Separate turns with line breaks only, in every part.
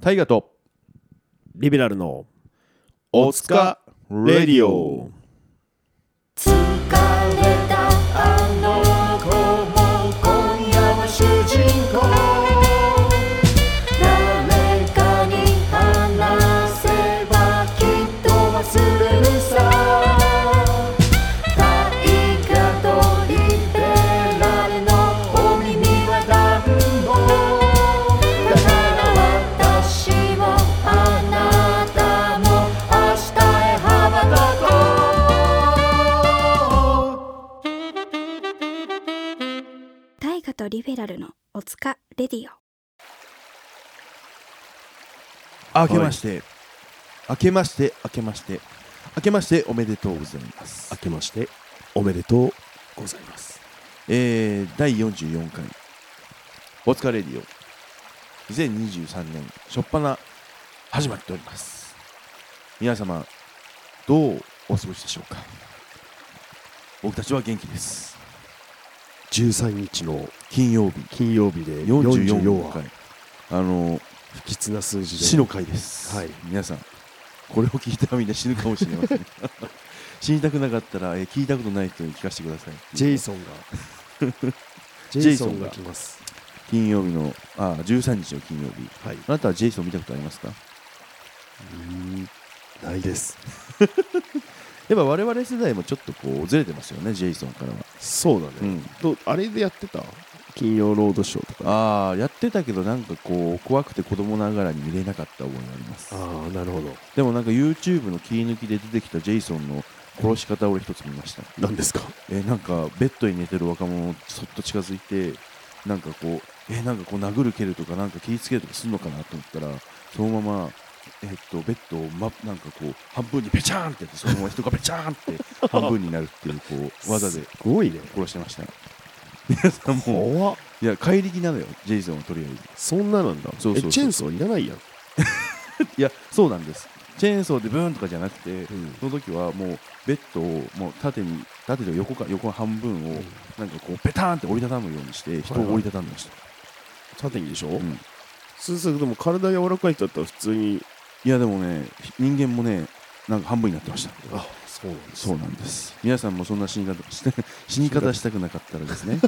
大河と
リベラルの
おつかレディオ
疲れたあの子も今夜は主人公誰かに話せばきっと忘れるさ大河とリベラルのお耳は暖房だから私もあなたも明日へ羽ばたこう
大河とリベラルのおつかレディオ
明けまして、明けまして明けまして明けましておめでとうございます
明けましておめでとうございます
えー、第44回おつかレディオ2023年初っ端始まっております皆様どうお過ごしでしょうか僕たちは元気です
13日の
金曜日
金曜日で
44
44
回
話
あの
不吉な数字で
死の会です、
はい
皆さんこれを聞いたらみんな死ぬかもしれま せん死にたくなかったら、えー聞いたことない人に聞かせてください
ジェイソンが ジェイソンが来ます
金曜日のあ13日の金曜日
はい
あなたはジェイソン見たことありますかや
ないです
っぱ我々世代もちょっとこうずれてますよねジェイソンからは、
そうだね、
うん、
とあれでやってた金曜ロードショーとか
ああやってたけどなんかこう怖くて子供ながらに見れなかった覚えがあります
ああなるほど
でもなんか YouTube の切り抜きで出てきたジェイソンの殺し方を俺一つ見ました
何ですか
えーなんかベッドに寝てる若者をそっと近づいてなんかこうえーなんかこう殴る蹴るとかなんか切りつけるとかするのかなと思ったらそのままえーっとベッドをまなんかこう半分にペチャーンってやってそのまま人がペチャーンって半分になるっていうこう技です
ごいね
殺してました皆さんも
怖っ
ういや怪力なのよジェイソンはとりあえず
そんななんだ
そうそうそう
えチェーンソーいらないやん、
いやそうなんですチェーンソーでブーンとかじゃなくて
うん
その時はもうベッドをもう縦に縦で横か横半分をなんかこうペターンって折りたたむようにして人を折りたたみました
縦にでしょ、
うん
スースーでも体柔らかい人だったら普通に
いやでもね人間もねなんか半分になってました
あそうなんです
そうなんです皆さんもそんな死に方 して死に方したくなかったらですね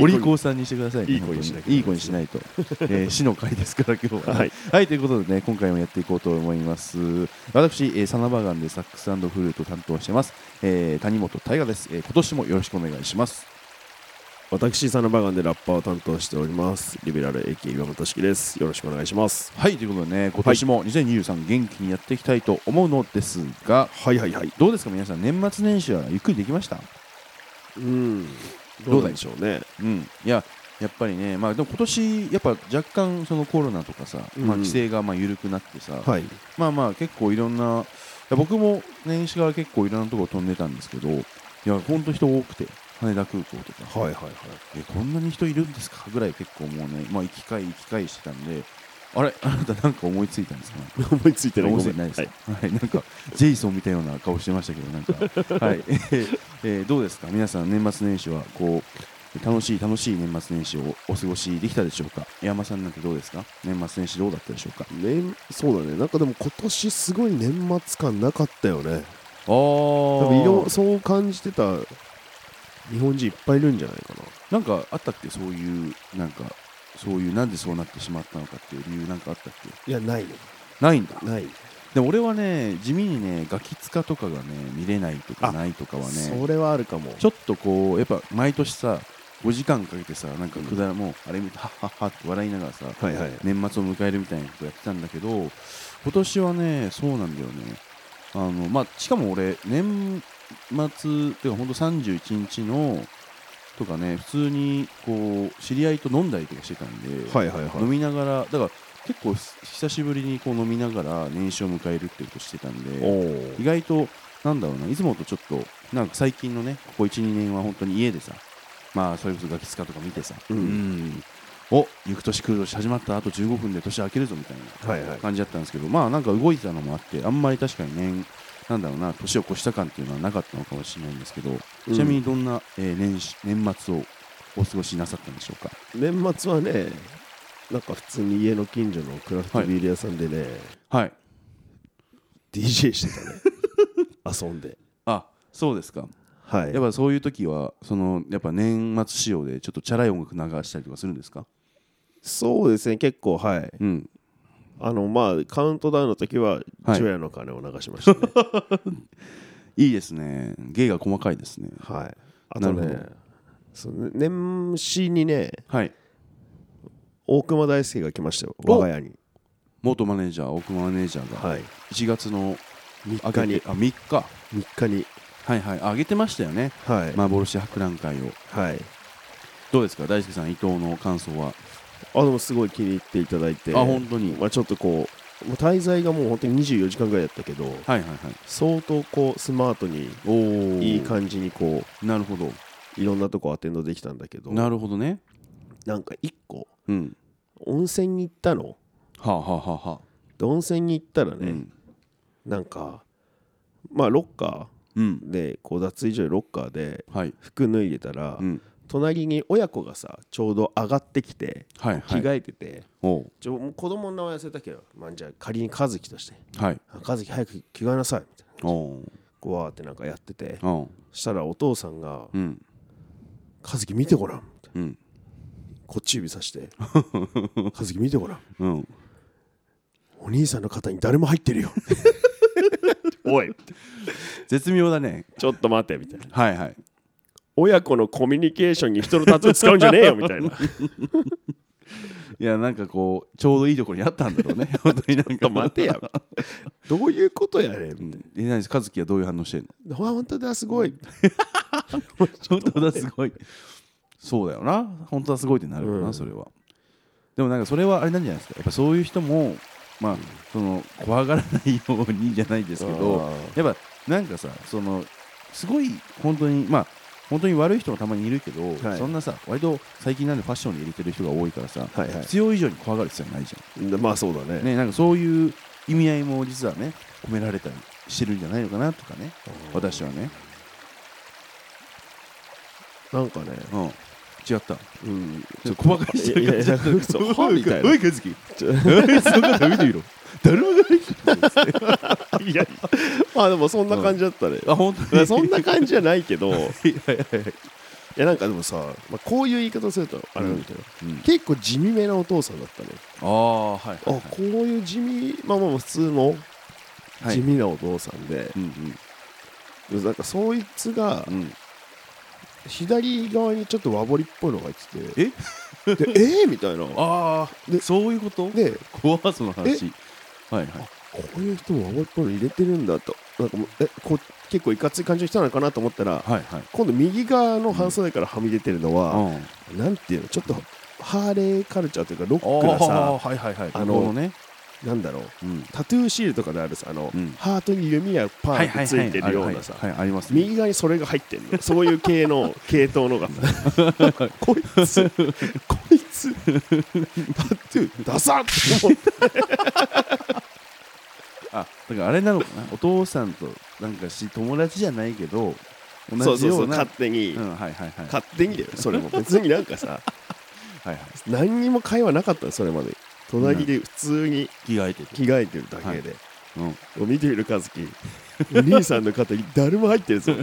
お利口さんにしてくださいね
いい子にしなきゃ
いい子にしないと、え ー、死の会ですから今日は、
はい
はい、ということでね、今回もやっていこうと思います。私、えーサナバガンでサックスフルート担当してます、えー谷本大我です、えー今年もよろしくお願いします。
私サナバガンでラッパーを担当しておりますリベラル AK 岩本式ですよろしくお願いします
はい、ということでね、今年も2023元気にやっていきたいと思うのですが、
はいはいはい
どうですか、皆さん、年末年始はゆっくりできました
うん
ど
ど
う
う
な
な
んで
で
し
しょうね
うん、いや、やっぱりね、まあ、でも今年やっぱ若干そのコロナとかさ、まあ、
うん
規制がまあ緩くなってさ、
はい
まあまあ結構いろんないや僕も年始から結構いろんなところ飛んでたんですけどいや本当人多くて羽田空港とか、
はいはいはい
えこんなに人いるんですかぐらい結構もうね、まあ、行き交い行き交いしてたんであれあなたなんか思いついたんですか
思いついてない
思いついてないです
はい
か、はいなんかジェイソンみたいな顔してましたけどなんか はい、えーえーどうですか皆さん年末年始はこう楽しい楽しい年末年始をお過ごしできたでしょうか山さんなんてどうですか年末年始どうだったでしょうか
年そうだねなんかでも今年すごい年末感なかったよね
ああ
多分いろそう感じてた日本人いっぱいいるんじゃないかな
なんかあったっけそういうなんかそういうなんでそうなってしまったのかっていう理由なんかあったっけ
いやない
ないんだ
ない
でも俺はね地味にねガキツカとかがね見れないとかないとかは
そ
ね
れはあるかも
ちょっとこうやっぱ毎年さ5時間かけてさなんかくだら、もうあれ見てはっはっはって笑いながらさ、
はいはい
年末を迎えるみたいなことやってたんだけど今年はねそうなんだよねあのまあしかも俺年末てかほんと31日のとかね普通にこう知り合いと飲んだりとかしてたんで、
はいはいはい
飲みながらだから結構ひ久しぶりにこう飲みながら年始を迎えるってことしてたんで
お
意外となんだろうないつもとちょっとなんか最近のねここ12年は本当に家でさまあそれこそガキ使とか見てさ、
うん
んお行く年来る年始まったあと15分で年明けるぞみたいな
はいはい
感じだったんですけど、まあなんか動いてたのもあってあんまり確かに年なんだろうな年を越した感っていうのはなかったのかもしれないんですけど、
うん
ちなみにどんな、えー年始年末をお過ごしなさったんでしょうか
年末はねなんか普通に家の近所のクラフトビール屋さんでね、
はい。
DJ してたね遊んで
あそうですか。
はい
やっぱそういう時は、そのやっぱ年末仕様でちょっとチャラい音楽流したりとかするんですか
そうですね結構はい
うん。
あのまあカウントダウンの時は「
はい
除夜の鐘」を流しました ね
いいですね。芸が細かいですね。
はいあと
なる
ね
ほど
その年始にね
はい。
大熊大輔が来ましたよ我が家に
元マネージャー、奥マネージャーが
はい
1月の
3日に
あ、3日。
3日に
はいはい。あ上げてましたよね。
はい、
幻博覧会を。
はい
どうですか大輔さん、伊藤の感想は。
あでもすごい気に入っていただいて
あ、本当に。
まあ、ちょっとこうもう滞在がもう本当に24時間ぐらいだったけど、
はいはいはい。
相当こうスマートに
おお。
いい感じにこ
じ。なるほど。
ういろんなとこアテンドできたんだけど
なるほどね。
なんか一個
うん。
温泉に行ったの
はあ、はあはあはあ、
で温泉に行ったらね、
うん。
なんかまあロッカ
うん。
ーでこう脱衣所でロッカーで
はい。
服脱いでたら、
うん。
隣に親子がさちょうど上がってきて
はい
着
はい。
替えてて、
おう
ちょもう子供の名前忘れたけど、まあ、じゃあ仮に和樹として
はい。
「あ和樹早く着替えなさい」みたいな
おう
こうわーってなんかやってて
おう
したらお父さんが
うん。
「和樹見てごらん」みたいな。
うん。
こっち指さして 「和樹見てごらん
うん。
お兄さんの肩に誰も入ってるよ」 おい
絶妙だね。
ちょっと待て」みたいな
はいはい。
「親子のコミュニケーションに人のタを使うんじゃねえよ」みたいなち
いや、なんかこう、ちょうどいいところにあったんだろ うね。本当になんか。ちょ
ょ
っ
っと待てや。 どういうことやねんみた
う
い
ん、え、何ですかずきはどういう反応してん の
な「わ本当だすごい」
本当だ、すごい。そうだよな。本当はすごいってなるよな、
うん
それは。でもなんかそれはあれなんじゃないですか。やっぱそういう人も、まあ、その、怖がらないようにじゃないですけど、
あ
やっぱなんかさそのすごい本当にまあ本当に悪い人もたまにいるけど、
はい
そんなさ割と最近なんでファッションに入れてる人が多いからさ、
ーはいは
必要以上に怖がる必要はないじゃ
いでまあそうだね
ん、ね、なんかそういう意味合いも実はね込められたりしてるんじゃないのかなとかね私はね、
なんかね
うん、違った
うん
ちょっと細かい 人
いやいやいや嘘歯みたいな
おい、かずき。
ちょ
おいそんなの見てみろ。誰もが見て
いや まあでもそんな感じだったね、
あ、本
い
当
や
に。
そん
な。
な感じじゃないけど い
はいはいはい。
やなんかでもさ、まあ、こういう言い方するとあれなんだけど、
うん
結構地味めなお父さんだったね
ああ、はいはい
あ
はい。
こういう地味まあまあまあ普通の
はい
地味なお父さんで、
うん
でもなんかそいつが
うん。うん。
左側にちょっと和彫りっぽいのがいて
え
てでえー、みたいな
ああ
で
そういうこと
で
怖その話はいはい
こういう人も和彫りっぽいの入れてるんだとなんかもうえこう結構いかつい感じの人なのかなと思ったら
はいはい
今度右側の半袖からはみ出てるのは、
うん
なんていうのちょっとハーレーカルチャーというかロックな
あ
さ
ーはいはいはい
あの
なるほどね
なんだろう
うん
タトゥーシールとかであるさあの、
うん
ハートに弓やパーンってついてるようなさ
はいはいはいはいありますね
右側にそれが入ってんのそういう系 の系統のがさこいつこいつタトゥーダサッって思って
あだからあれなのかなお父さんとなんかし友達じゃないけど
そ
同
うそ
じ
うそ
よ
う
うな
勝手に、
うんはいはいはい
勝手にだよそれも別になんかさ
はいはい
何にも会話なかったのそれまで隣で普通に
着替えてて
着替えてるだけで、
うん
お見ている和樹お兄さんの肩に誰も入ってるぞ
お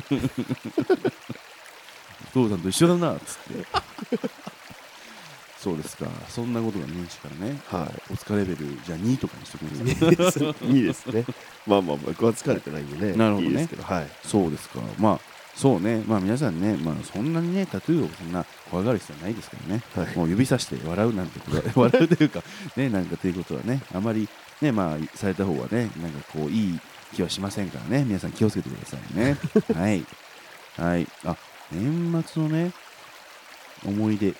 父さんと一緒だなっつって そうですかそんなことが年始からね
は
お疲れレベルじゃあ2とかにしとくんで
い
す
い
ね
いですいいですねまあまあ僕は疲れてないんでね
なるほどね
いいですけどはい
そうですか、まあそうね、まあ皆さんね、まあそんなにね、タトゥーをそんな怖がる必要はないですからね、
はい
もう指さして笑うなんてことは、 笑うというか、ね、なんかということはね、あまりね、まあされた方はね、なんかこう、いい気はしませんからね、皆さん気をつけてください ね。はい。はい。あ、年末のね、思い出。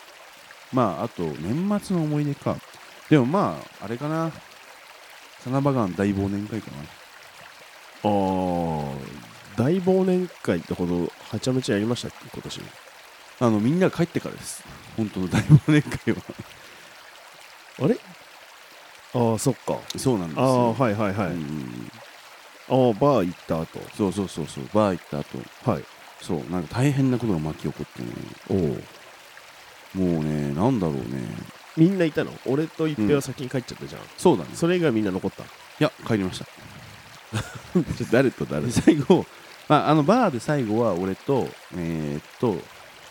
まあ、あと、年末の思い出か。でもまあ、あれかな。サナバガン大忘年会かな。
あー大忘年会ってほどはちゃめちゃやりましたっけ今年
あのみんなが帰ってからです。本当の大忘年会は。
あれああそっか
そうなんです
あ
よ。
あはいはいはい、あ
うんうん
あーバー行った後
そうそうそうそう。バー行った後、
はい
そうなんか大変なことが巻き起こってね。
おお
もうね、なんだろうね。
みんないたの俺と一平は先に帰っちゃったじゃん、
そうなんです
それ以外みんな残った
いや帰りま した
ちょ誰と誰
で最後、まあ、あのバーで最後は俺とえー、っと、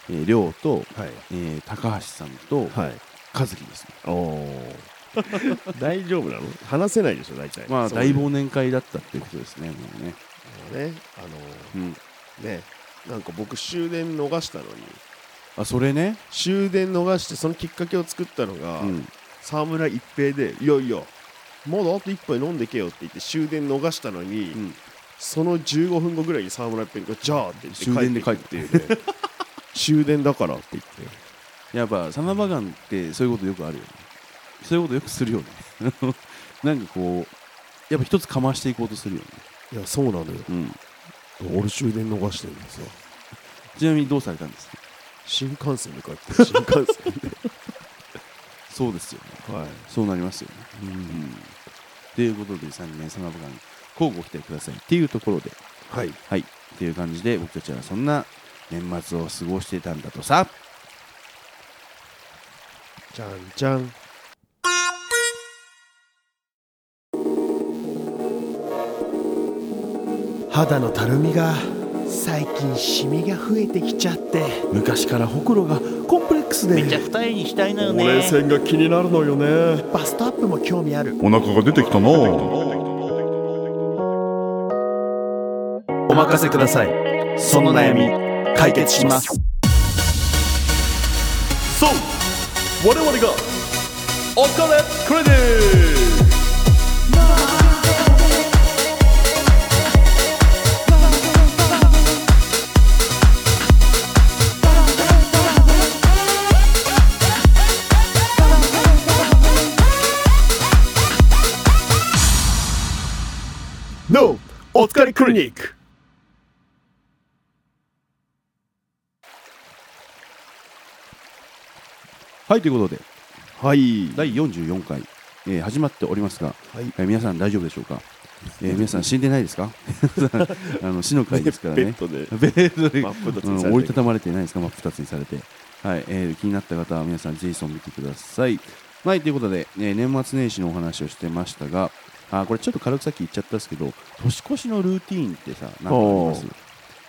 えー、亮と、
はい
えー高橋さんと、
はい
和樹ですね
おお 大丈夫なの話せないでしょ大体
まあ
そう
大忘年会だったっていうことですねもうね、
ねあの
うん、
ねなんか僕終電逃したのに
あそれね、
終電逃してそのきっかけを作ったのが、
うん、
沢村一平で「いやいやまだあと一杯飲んでけよ」って言って終電逃したのに、
うん
その15分後ぐらいに沢村一平が「じゃあ」って言って
終電で帰っていうね
終電だからって言って
やっぱサナバガンってそういうことよくあるよねそういうことよくするよね なんかこうやっぱ一つかましていこうとするよね、
いやそうなのよ
うん、
俺終電逃してるんですよ
ちなみにどうされたんですか
新幹線で帰って る新幹線で
そうですよね
はい
そうなりますよねうんということで3年サナバガン交互期待くださいっていうところで
はい
はいっていう感じで僕たちはそんな年末を過ごしてたんだとさ
じゃんじゃん
肌のたるみが最近シミが増えてきちゃって
昔からほくろが
コンプレックスで
二重にしたいのよ
冷戦が気になるのよね
バストアップも興味ある
お腹が出てきたな
お任せくださいその悩み解決します
そう我々がお金クレディ
ノーお疲れクリニック
はいということで
はい
第44回、えー始まっておりますが、
はい
えー皆さん大丈夫でしょうか、えー皆さん死んでないですか あの死の会ですか ら
ベッ
ね
ドで
ベッドで
真っ二つ
う
にされて
ん折りたたまれてないですか真っ二つにされて、はいえー気になった方は皆さんぜひそ見てくださいはいということで、えー年末年始のお話をしてましたがあーこれちょっと軽くさっき言っちゃったんですけど年越しのルーティーンってさ何かあります
おー、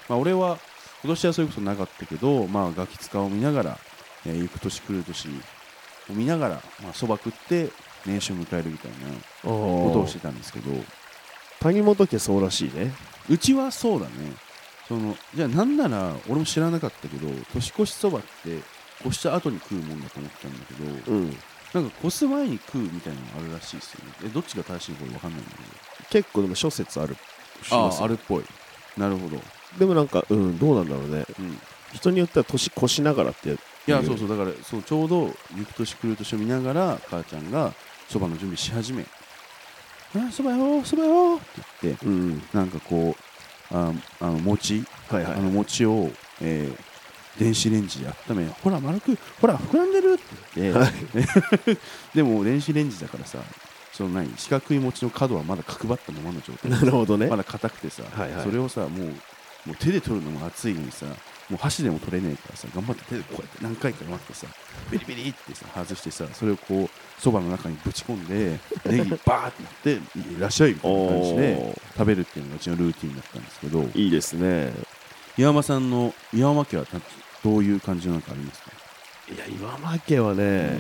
まあ、俺は今年はそれこそなかったけど、まあ、ガキ使を見ながら、えー、行く年来る年を見ながらまあそば、食って年始を迎えるみたいなことをしてたんですけど
谷本家そうらしいね
うちはそうだねそのじゃあなんなら俺も知らなかったけど年越しそばって越した後に食うもんだと思ってたんだけど、
うん
なんか越す前に食うみたいなのがあるらしいですよねえどっちが正しいのか分かんないんだけ
結構でも諸説ある
どああるっぽいなるほど、
でもなんかうんどうなんだろうね
うん、い
人によっては年越しながらってや
や、
うん
そうそうだからそうちょうど行く年来る年を見ながら母ちゃんがそばの準備し始め「あそばよそばよ」って言って
うん
なんかこうああの餅
はいはい
あの餅を、えー電子レンジで温めほら丸くほら膨らんでるって言って、でも電子レンジだからさその何四角い餅の角はまだ角張ったままの状態
なるほどね
まだ硬くてさ、
はいはい
それをさもうもう手で取るのも熱いのにさもう箸でも取れねえからさ頑張って手でこうやって何回か待ってさビリビリってさ外してさそれをこうそばの中にぶち込んでネギバーってやっていらっしゃいみたいな感じで
おー
食べるっていうのがうちのルーティンだったんですけど
いいですね
岩間さんの岩間家はたどういう感じのなんかありますか
いや今ま家はね、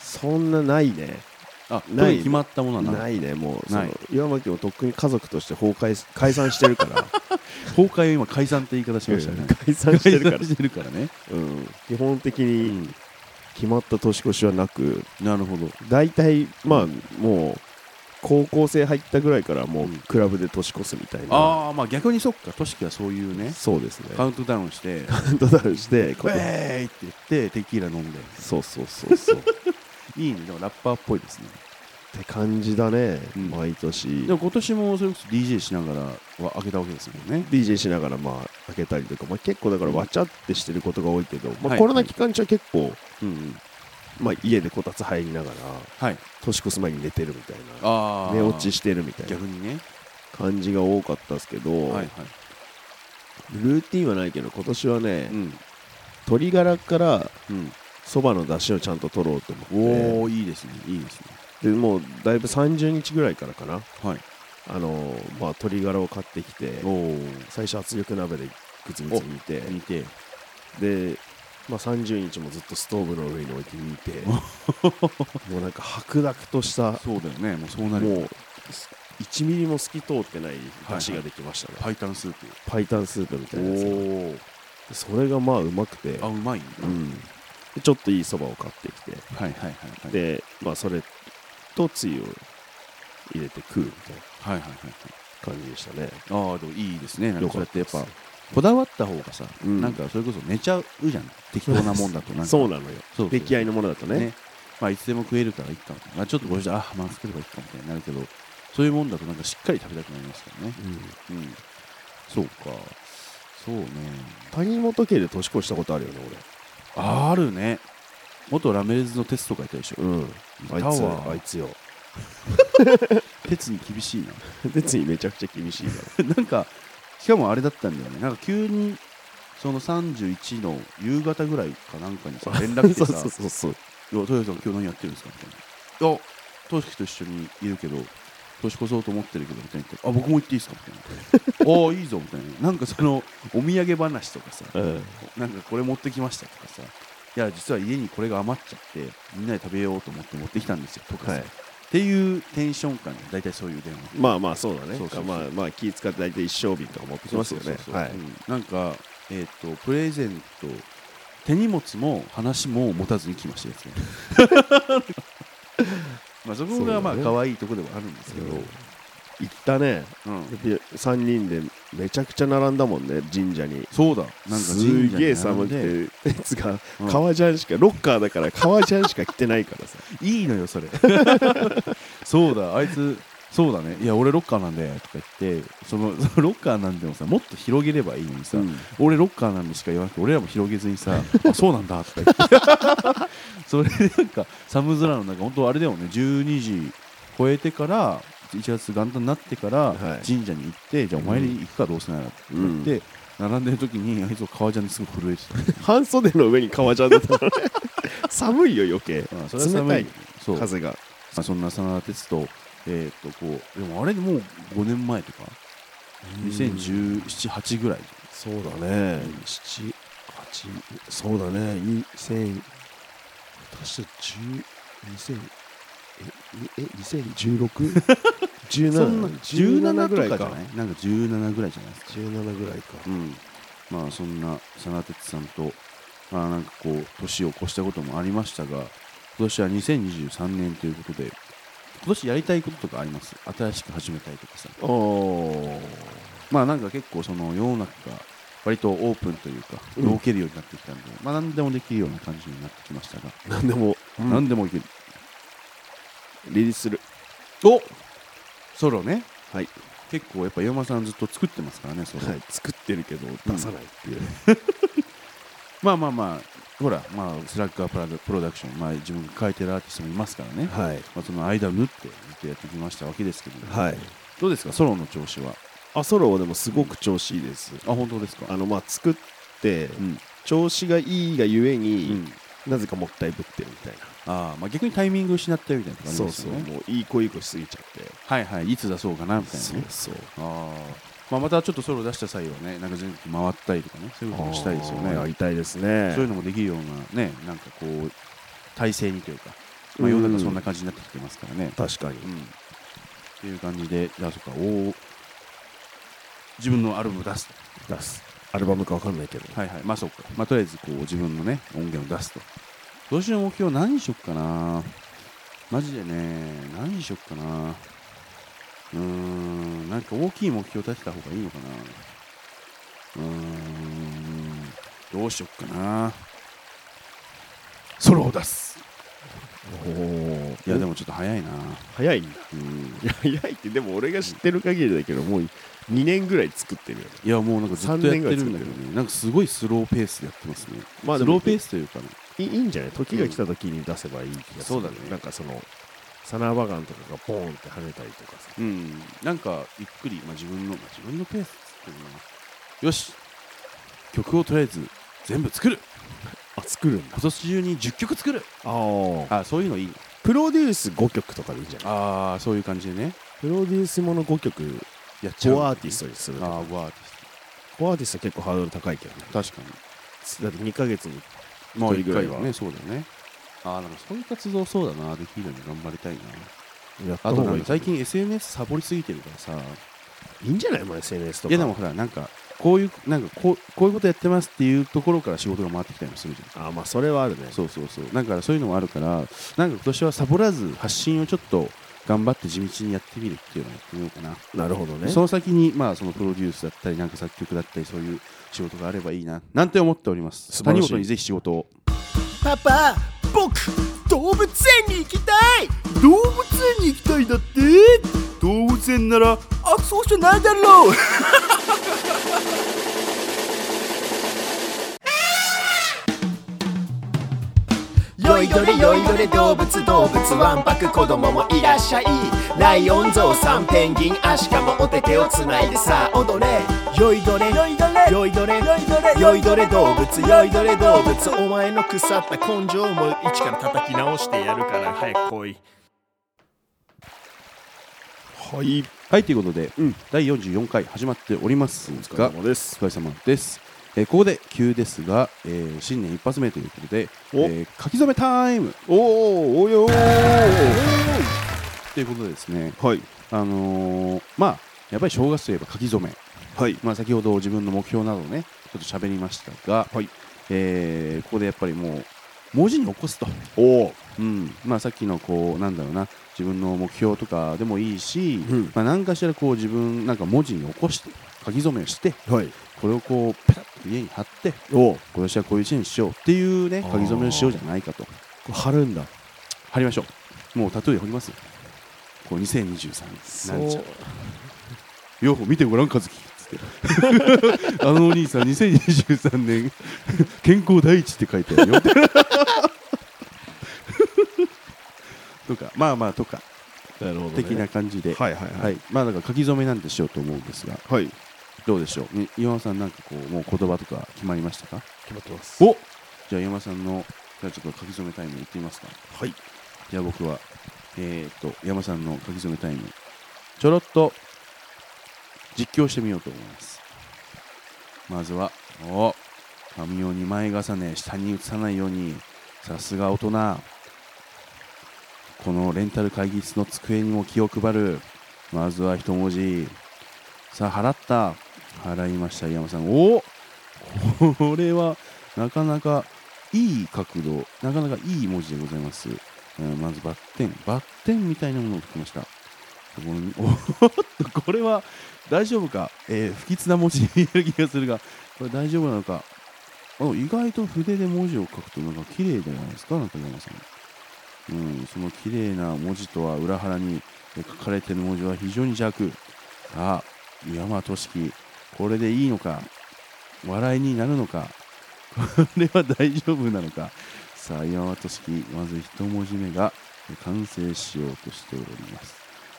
そんなないね
あ
ない
特に決まったものはない
ないねもうそ
ない
の岩間家もとっくに家族として崩壊す 解散してるから
崩壊を今解散って言い方しましたね、
解散してるか
解散してるからね、
ら、うん、基本的
う
に
ん、
決まった年越しはなく
なるほど
大体まあもう高校生入ったぐらいからもう
うん
クラブで年越すみたいな、
ああまあ逆にそっかとしきはそういうね
そうですね
カウントダウンして「
カウントダウン して
ウ
こうやって
ェーイ!」って言ってテキーラ飲んで
そうそうそうそう っ
いいねでもラッパーっぽいですね
て感じだね、
うん
毎年
でも今年もそれこそ DJ しながらは開けたわけですもんね
DJ しながらまあ開けたりとか、まあ、結構だからわちゃってしてることが多いけど、ま
は
あ、
い
コロナ期間中は結構、
うん、うん、
まあ、家でこたつ入りながら
はい
年越す前に寝てるみたいな
あ
寝落ちしてるみたいな
逆にね
感じが多かったですけど、
はいはい、
ルーティンはないけど今年はね、
うん
鶏ガラから
うん、
そばの出汁をちゃんと取ろうと思って
おお、いいですね。いいですね。
でもうだいぶ30日ぐらいからかな
はい。
あのーまあ、鶏ガラを買ってきて
おお。
最初圧力鍋でグツグツ煮て
見て。
で、まあ、30日もずっとストーブの上に置いて煮て もうなんか白濁としたも
そうだよね。もうそうなる。
う1ミリも透き通ってない出汁ができましたね、
白湯スープ。
パイタンスープみたいなやつが
おお。
でそれがまあうまくて、
あ、うまいんだ。
うん、でちょっといいそばを買ってきて
はいはいはいはい。
で、まあ、それとつゆを入れて食うみたいな
はいはいはい
感じでしたね
はい。ああ、でもいいですね。なんか
よ
そう
か
や
っ
った
で
てやっ
す
ぱ、こだわった方がさ、
うん
なんかそれこそ寝ちゃうじゃん。適当なもんだとなんか。
そうなのよ
そうそう
出来合いのものだとね
ね。まあ、いつでも食えるからいいかも。まあ、ちょっとこれじゃ、あ、まあ、作ればいいかみたいになるけど、そういうもんだとなんかしっかり食べたくなりますからね。
うん、
うん。そうか。そうね。
谷本家で年越したことあるよね
あるね。元ラメレズのテスト書いたでしょ。
俺うんあい
い
つ
たわ
あいつよ
鉄に厳しいな。
別にめちゃくちゃ厳しいか
なんか、しかもあれだったんだよね。なんか急に、その31の夕方ぐらいかなんかにさ、連 絡
ら
来てさ、
そうそうそう
いや豊さん今日何やってるんですかみたいな。いや、豊樹と一緒にいるけど、年越そうと思ってるけど、みたいな言って。あ、僕も行っていいですかみたいな。ああ、 いいぞ、みたいな。なんかその、お土産話とかさ、
そう、うん、
なんかこれ持ってきましたとかさ、いや、実は家にこれが余っちゃって、みんなで食べようと思って持ってきたんですよ、とかさ。
はい
っていうテンション感が大体そういう電話。
まあまあそうだね
そうそうそう
まあまあ気使って大体一升瓶とか持ってきますよね
そうそうそう
はい
うんなんか、えっとプレゼント手荷物も話も持たずに来ましたや つねまあそこがまあ
そうだね
可愛いとこではあるんですけど、
うん行ったね
うん
3人でめちゃくちゃ並んだもんね神社に
そうだなんか
すげえ
神社
寒
に並んで
く てやつが
うん
革ジャンしかロッカーだから革ジャンしか着てないからさ
いいのよそれ そうだあいつそうだねいや俺ロッカーなんでとか言ってそのそのロッカーなんでもさもっと広げればいいのにさ、
うん
俺ロッカーなんでしか言わなくて俺らも広げずにさあそうなんだとか言って それでなんか寒空の中本当あれだよね12時超えてから1月元旦になってから
はい
神社に行って、じゃあお参り行くかどうせならって言って、並んでる時にあいつは革ジャンですごい震えてた
半袖の上に革ジャンだ ったからね寒いよ余計
あそれは寒
冷
い
たい
そう
風が
まあ、そんな真田哲と、えーっとこうでもあれもう5年前とか201718ぐらい
そうだね7、8そうだね2000足して10 2000ええ 2016?17
そんな17
17ぐらい
とかじゃ
か
ないなんか17ぐらいじゃないですか、
17ぐらいか
うん、まあそんな真田哲さんと、まあ、なんかこう年を越したこともありましたが今年は2023年ということで今年やりたいこととかあります新しく始めたいとかさ
おお
まあなんか結構その世の中が割とオープンというか
うん
動けるようになってきたんで、まあ何でもできるような感じになってきましたが、
何でも
何でもいける
リリースする
おソロね
はい
結構やっぱ山さんずっと作ってますからねソロ、
はい作ってるけど出さないっていうね
まあまあまあほらまあスラッガープラダプロダクションまあ自分が書いてるアーティストもいますからね、
はい
まあ、その間を縫ってずっとやってきましたわけですけども、
はい
どうですかソロの調子は
あソロはでもすごく調子いいです
あ本当ですか
あのまあ作って
うん、
調子がいいがゆえ
う
に
ん、
なぜかもったいぶってるみたいな
あーまあ逆にタイミング失ったよみたいなとこあり
そう
ます
そう
よね
もういい子いい子しすぎちゃって
はいはいいつ出そうかなみたいな
そう
ね
そう
ああまあ、またちょっとソロ出した際はね、なんか全国回ったりとかね、そういうこともしたいですよね。
あーやりたいですね
そういうのもできるようなね、なんかこう、体制にというか、まあ、世の中そんな感じになってきてますからね。
確かに
うん。っていう感じで、あ、そっか、お自分のアルバム出す。
出すアルバムかわかんないけど
はいはい。まあそっか。まあとりあえず、こう、自分のね、音源を出すと。今年の目標何にしよっかなマジでね、何にしよっかなうーん、なんか大きい目標立てた方がいいのかなうーん、どうしよっかなソロを出す
おお
いや、でもちょっと早いな
早いんだ
うん。
いや早いってでも俺が知ってる限りだけどもう2年ぐらい作ってるよね
いや、もうなんかずっとやってるんだけどね。なんかすごいスローペースでやってますね。
まあ
ス
で
ロー
も
ペースというかね。
いいいんじゃない時が来た時に出せばいい気がする、
そうだね
なんかそのサナーバガンとかがボーンって跳ねたりとかさ
うん、なんかゆっくり、まあ、自分の、まあ、自分のペースっつってもなよし曲をとりあえず全部作る
あ作るんだ
今年中に10曲作る
ああ
あそういうのいい
プロデュース5曲とかでいいんじゃない
ああそういう感じでね
プロデュースもの5曲
やっちゃう
5アーティストにする
あ
と
あ
か
ワーティス
5アーティスト結構ハードル高いけどね
ト確かに
だって2ヶ月に
まあ
一人
一
ぐらい
回
は
はねそうだよねああでもそういう活動そうだなできるように頑張りたいな
やった
あ
方
と
が
ないん
い
か最近 SNS サボりすぎてるからさ
いいんじゃないもう SNS と
い
か
やでもほらなんかこういうなんかこうこういうことやってますっていうところから仕事が回ってきたりもするじゃん
あまあそれはあるね
そうそうそうだからそういうのもあるからなんか今年はサボらず発信をちょっと頑張って地道にやってみるっていうのをやってみようかな
なるほどね
その先に、まあ、そのプロデュースだったり、なんか作曲だったり、そういう仕事があればいいな、なんて思っております。
素晴らしい
谷本にぜひ仕事を。
パパ僕動物園に行きたい動物園に行きたいだって動物園ならあそうじゃないだろうよいどれよいどれ動物動物わんぱく子供もいらっしゃいライオンゾウさんペンギンアシカもお手手をつないでさあ踊れよいどれよいどれよいどれよいどれよいどれ動物よいどれ動物お前の腐った根性も一から叩き直してやるから早く来い
はい
はい、ということで、第44回始まっておりますが、
れ
お疲
様です
れ様です。えーここで急ですが、えー新年一発目ということで、え
お
ー書き初めタイム
おおおよ
ということでですね、
はい
あのーまあ、やっぱり正月といえば書き初め、
はい
まあ、先ほど自分の目標などをね、ちょっと喋りましたが、
はい
えーここでやっぱりもう、文字に起こすと。
おお
うんまあ、さっきのこうなんだろうな自分の目標とかでもいいし、
うん
まあ、何かしらこう自分なんか文字に起こして書き初めをして
はい
これをこうペタッと家に貼って
おお
今年はこういう一年にしようっていうね
あ
書
ー
き初めをしようじゃないかと
貼るんだ
貼りましょうもうタトゥーで貼りますよこう2023なんちゃうよう見てごらん和樹つって あのお兄さん2023年健康第一って書いてあるよ とかまあまあとか
なるほど、ね、
的な感じで、
はいはいはい、
はい、まあだから書き初めなんてしようと思うんですが、
はい、
どうでしょう、ね岩間さん、なんかこう、もう言葉とか決まりましたか
決まってます
おじゃあ、岩間さんの、じゃあちょっと書き初めタイムいってみますか。
はい
じゃあ、僕は、えー、っと、山さんの書き初めタイム、ちょろっと実況してみようと思います。まずは、お紙を2枚重ね、下に移さないように、さすが大人。このレンタル会議室の机にも気を配る。まずは一文字。さあ、払った。払いました、山さん。おこれは、なかなかいい角度、なかなかいい文字でございます。うんまずバッテン、バッテンみたいなものを書きました。ここにおーっと、これは大丈夫か、えー不吉な文字に見える気がするが、これ大丈夫なのか。あ意外と筆で文字を書くとなんか綺麗じゃないですか、中山さん。うん、その綺麗な文字とは裏腹にえー書かれている文字は非常に邪悪。さあ、岩間俊樹、これでいいのか笑いになるのかこれは大丈夫なのかさあ岩本式まず一文字目がえ完成しようとしております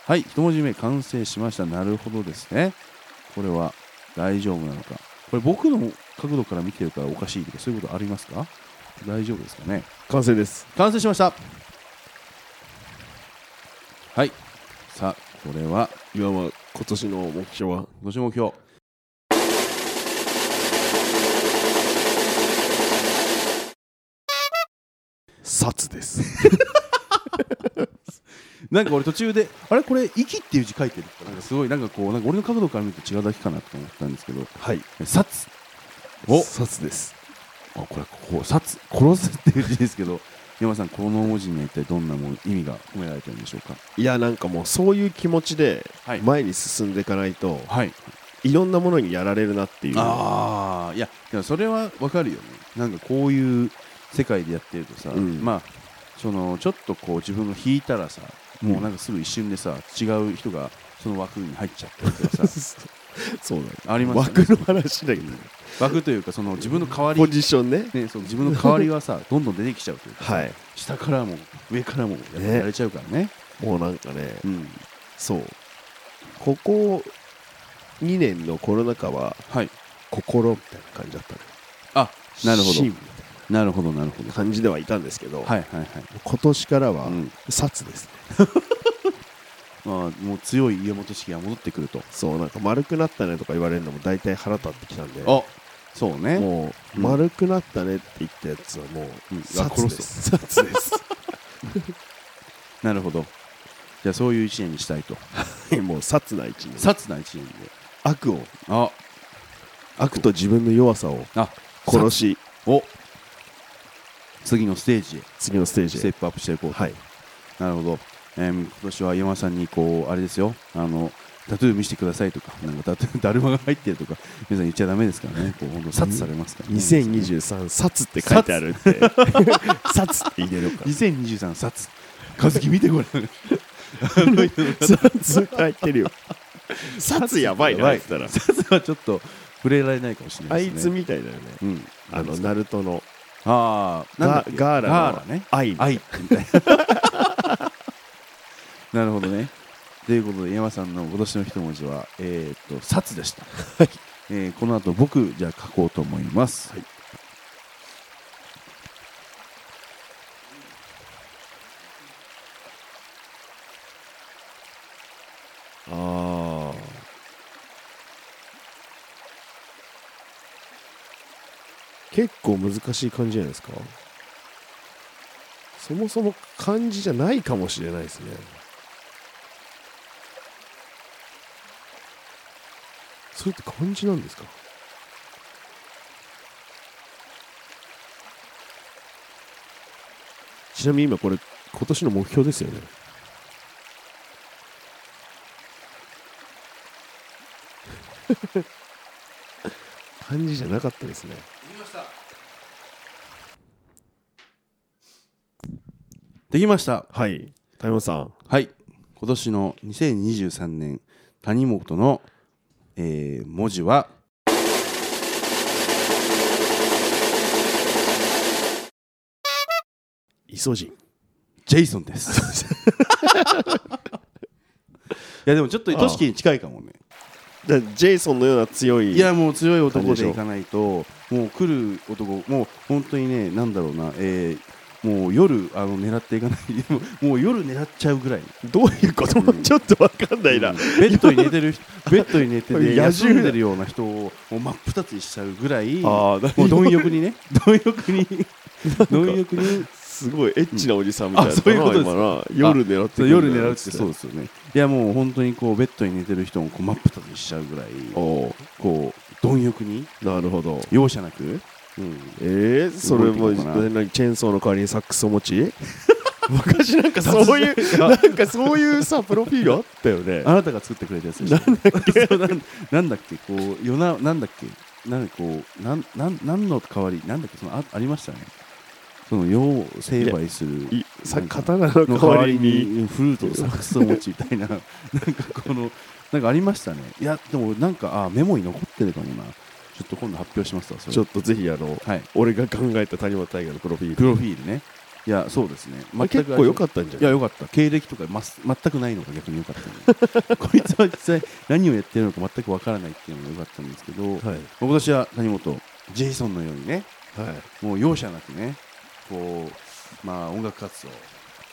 はい一文字目完成しましたなるほどですねこれは大丈夫なのかこれ僕の角度から見てるからおかしいとかそういうことありますか大丈夫ですかね
完成です
完成しましたはいさあこれは
岩間今年の目標は
今年目標
殺です
なんか俺途中で、あれこれ、息っていう字書いてるってなんかすごい、なんかこう、なんか俺の角度から見ると違うだけかなと思ったんですけど、
はい
え殺お
殺です
あこれ、こう、殺、殺すっていう字ですけど、 山さん、この文字には一体どんなもの意味が込められてるんでしょうか。
いやなんかもうそういう気持ちで
はい
前に進んでいかないと、
はい。
い、ろんなものにやられるなっていう
ああ、いや、でもそれはわかるよね。なんかこういう世界でやってるとさ、
うん
まあ、その、ちょっとこう、自分が引いたらさ、もうなんかすぐ一瞬でさ、違う人がその枠に入っちゃったりとかさ、
そうなん
ありますよね
枠の話だけど、
枠というか、その自分の代わり
ポジションね
ね、その自分の代わり はさどんどん出てきちゃうというかさ、
はい
下からも上からもやっぱ
ね
やれちゃうからね
もうなんかね
うん、
そうここ2年のコロナ禍は
はい
心みたいな感じだったね
あなるほど
芯みたいな
なるほどなるほど
感じではいたんですけど、
はいはいはい
今年からは
うん
殺ですね、
まあもう強い家元式が戻ってくると
そうなんか丸くなったねとか言われるのも大体腹立ってきたんで
あそうね
もう、
うん
丸くなったねって言ったやつはもう、
うん
殺
殺
す殺です
なるほどじゃあそういう一年にしたいと
もう殺な一年
殺な一年で
悪を
あ
悪と自分の弱さを
あ
殺し
お次のステージへ
次のステージ
ス
へ
テップアップしていこうと
はい
なるほど、えー今年は山さんにこうあれですよあのタトゥー見せてくださいとかなんかタトゥー だるまが入ってるとか皆さん言っちゃダメですからねこう本当殺されますから、ね、
2023殺って書いてある って殺って入れるか
2023殺和樹見てこれ
殺って入ってるよ 殺やばいなあいつら
殺はちょっと触れられないかもしれな
あ
い
い
です
つ
ね
みたいだよね
あいつ、うん、
あのナルトの
ああなんだっ
ガ
け
ガーラ
ガーラね
愛
愛みたい ななるほどねということで山さんの今年の一文字は「えー、っと殺」でした、えーこの後僕じゃあ書こうと思います、
あー結構難しい感じじゃないですかそもそも漢字じゃないかもしれないですねそれって漢字なんですかちなみに今これ今年の目標ですよね漢字じゃなかったですね
できました
はい谷本さん
はい今年の2023年谷本の、えー文字は
イソジン
ジェイソンです いやでもちょっと都市に近いかもね
だからジェイソンのような強い
いやもう強い
あれ
男
でしょ
でいかないともう来る男もう本当にねなんだろうな、えーもう夜あの狙っていかない でももう夜狙っちゃうぐらい、
どういうこと、ちょっと分かんないな、
ベッドに寝てる人 ベッドに寝てて
野獣だ
休んでるような人をもう真っ二つにしちゃうぐらいも
ああ
う貪 欲にね貪欲に貪欲に
すごいエッチなおじさんみたいな、
うんあそういうことです
今な夜狙ってく
そう
る
夜狙うってそう
う
ですよねいやもう本当にこうベッドに寝てる人をこう真っ二つにしちゃうぐらい
お
こう貪欲に
うなるほど
容赦なく、うん、
えー、それも
動いていこうかな
何チェーンソーの代わりにサックスを持ち 昔なんかそういうなんかそういうさプロフィールあったよね
あなたが作ってくれたやつでしょなんだっけなんなんだっけこう夜ななんだっけなんかこうなんなんなんの代わりなんだっけそのあありましたねその世を成敗する
いさ
なんか
刀の代わりに
うんフルートとサックスを持ちみたいな なんかこのなんかありましたねいやでもなんかあメモに残ってるかもなちょっと今度発表しますわそれ
ちょっとぜひあの
はい
俺が考えた谷本大河のプロフィール
プロフィールねいやそうですね
まあ結構良か
っ
ったんじゃ
い
ない
や良かった経歴とかまっす全くないのが逆に良かったね こいつは実際何をやってるのか全くわからないっていうのが良かったんですけど、
はい
今年は谷本ジェイソンのようにね
はい
もう容赦なくねこうまあ音楽活動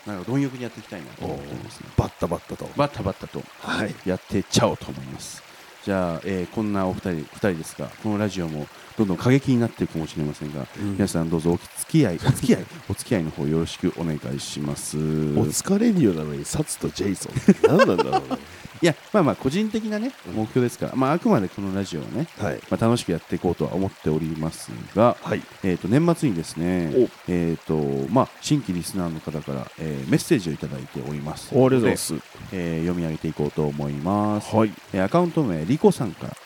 なんか貪欲にやっていきたいなと思っておりますね
バッタバッタと
バッタバッタと
はい
やってっちゃおうと思いますじゃあ、えーこんなお二人二人ですがこのラジオもどんどん過激になっていくかもしれませんが、皆さんどうぞお付き合いお付き合いお付き合いの方よろしくお願いします
お疲れディオなのにサツとジェイソンって 何なんだろうね
いやまあまあ個人的なね目標ですから、まあ、あくまでこのラジオはね、
はい
まあ、楽しくやっていこうとは思っておりますが、
はい
えー、と年末にですね
お、
えーとまあ、新規リスナーの方から、えーメッセージをいただいております
ありがとうございます
えー読み上げていこうと思います、
はい
えーアカウント名リコさんから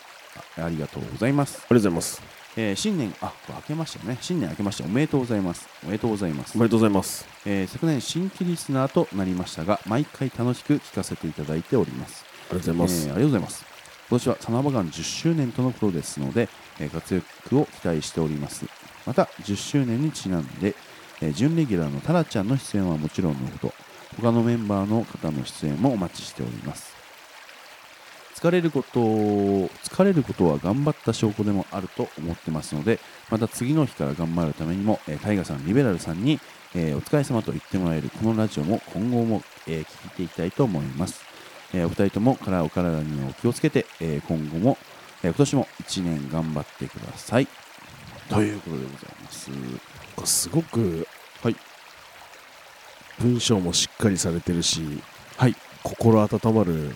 あありがとうございます、
ありがとうございます
えー新年あこれ明けましたね新年明けましておめでとうございますおめでとうございます
おめでとうございます
えー昨年新規リスナーとなりましたが毎回楽しく聞かせていただいております
ありがとうございます
えーありがとうございます今年はサナバガン10周年とのことですので、えー活躍を期待しておりますまた10周年にちなんで、えー準レギュラーのタラちゃんの出演はもちろんのこと他のメンバーの方の出演もお待ちしております疲れることを疲れることは頑張った証拠でもあると思ってますのでまた次の日から頑張るためにも、えー、タイガさんリベラルさんに、えーお疲れ様と言ってもらえるこのラジオも今後も、えー聞いていきたいと思います、えーお二人ともからお体にはお気をつけて、えー今後も、えー今年も1年頑張ってくださいということでございます
すごく、
はい、
文章もしっかりされてるし、
はい、
心温まる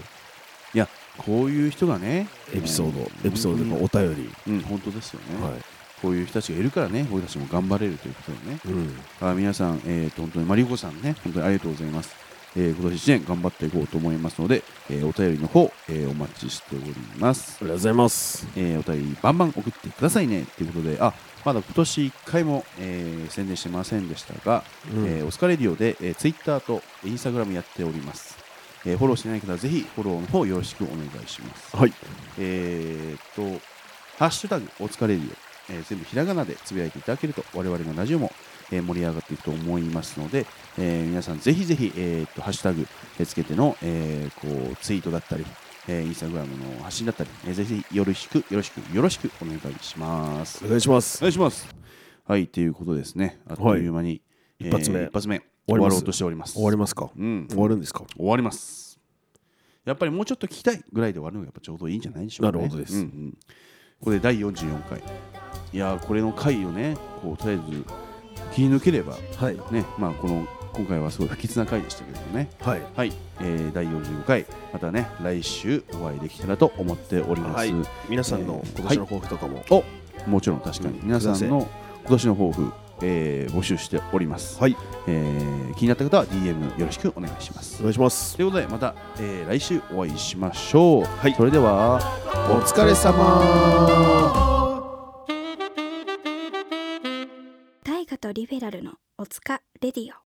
こういう人がね
エピソード、
うん
エピソードのお便り、
うん、本当ですよね、
は
こういう人たちがいるからね僕たちも頑張れるということでね
いうん、
あ皆さん、えー、と本当にマリコさんね、本当にありがとうございます。えー今年1年頑張っていこうと思いますので、えーお便りの方、えーお待ちしております。
ありがとうございます
えーお便りバンバン送ってくださいねということで、あまだ今年1回も、えー宣伝してませんでしたが、
うん
えー、オスカレディオで、えー、Twitter と Instagram やっております。えーフォローしてない方はぜひフォローの方よろしくお願いします。
はい
えーっと、ハッシュタグ、お疲れるよ、えー全部ひらがなでつぶやいていただけると、我々のラジオも、えー盛り上がっていくと思いますので、えー皆さんぜひぜひ、えーっと、ハッシュタグえーつけての、えーこう、ツイートだったり、えーインスタグラムの発信だったり、えーぜひぜひよろしく、よろしく、よろしくお願いします
お。願いします
お願いします。はい、ということですね。あっという間に、
一発目
えー一発目、
終わ
終
り
わ
ます
ろうとしております。
終わりますか
うん、
終わるんですか
終わりますやっぱりもうちょっと聞きたいぐらいで終わるのがやっぱちょうどいいんじゃないでしょうか、ね、
なるほどです
うんうんこれで第44回いやーこれの回をねこうとりあえず切り抜ければ
はい
ねまあこの今回はすごい不吉な回でしたけどもね
はい
はい、えー、第45回またね来週お会いできたらと思っております、
はい皆さんの
えー
今年の抱負とかも、
おもちろん確かに、
うん
皆さんの今年の抱負、えー募集しております、
はい
えー気になった方は DM よろしくお願いします
お願いします
ということでまた、えー来週お会いしましょう、はい、それでは
お疲れ様
大河とリベラルのおつかレディオ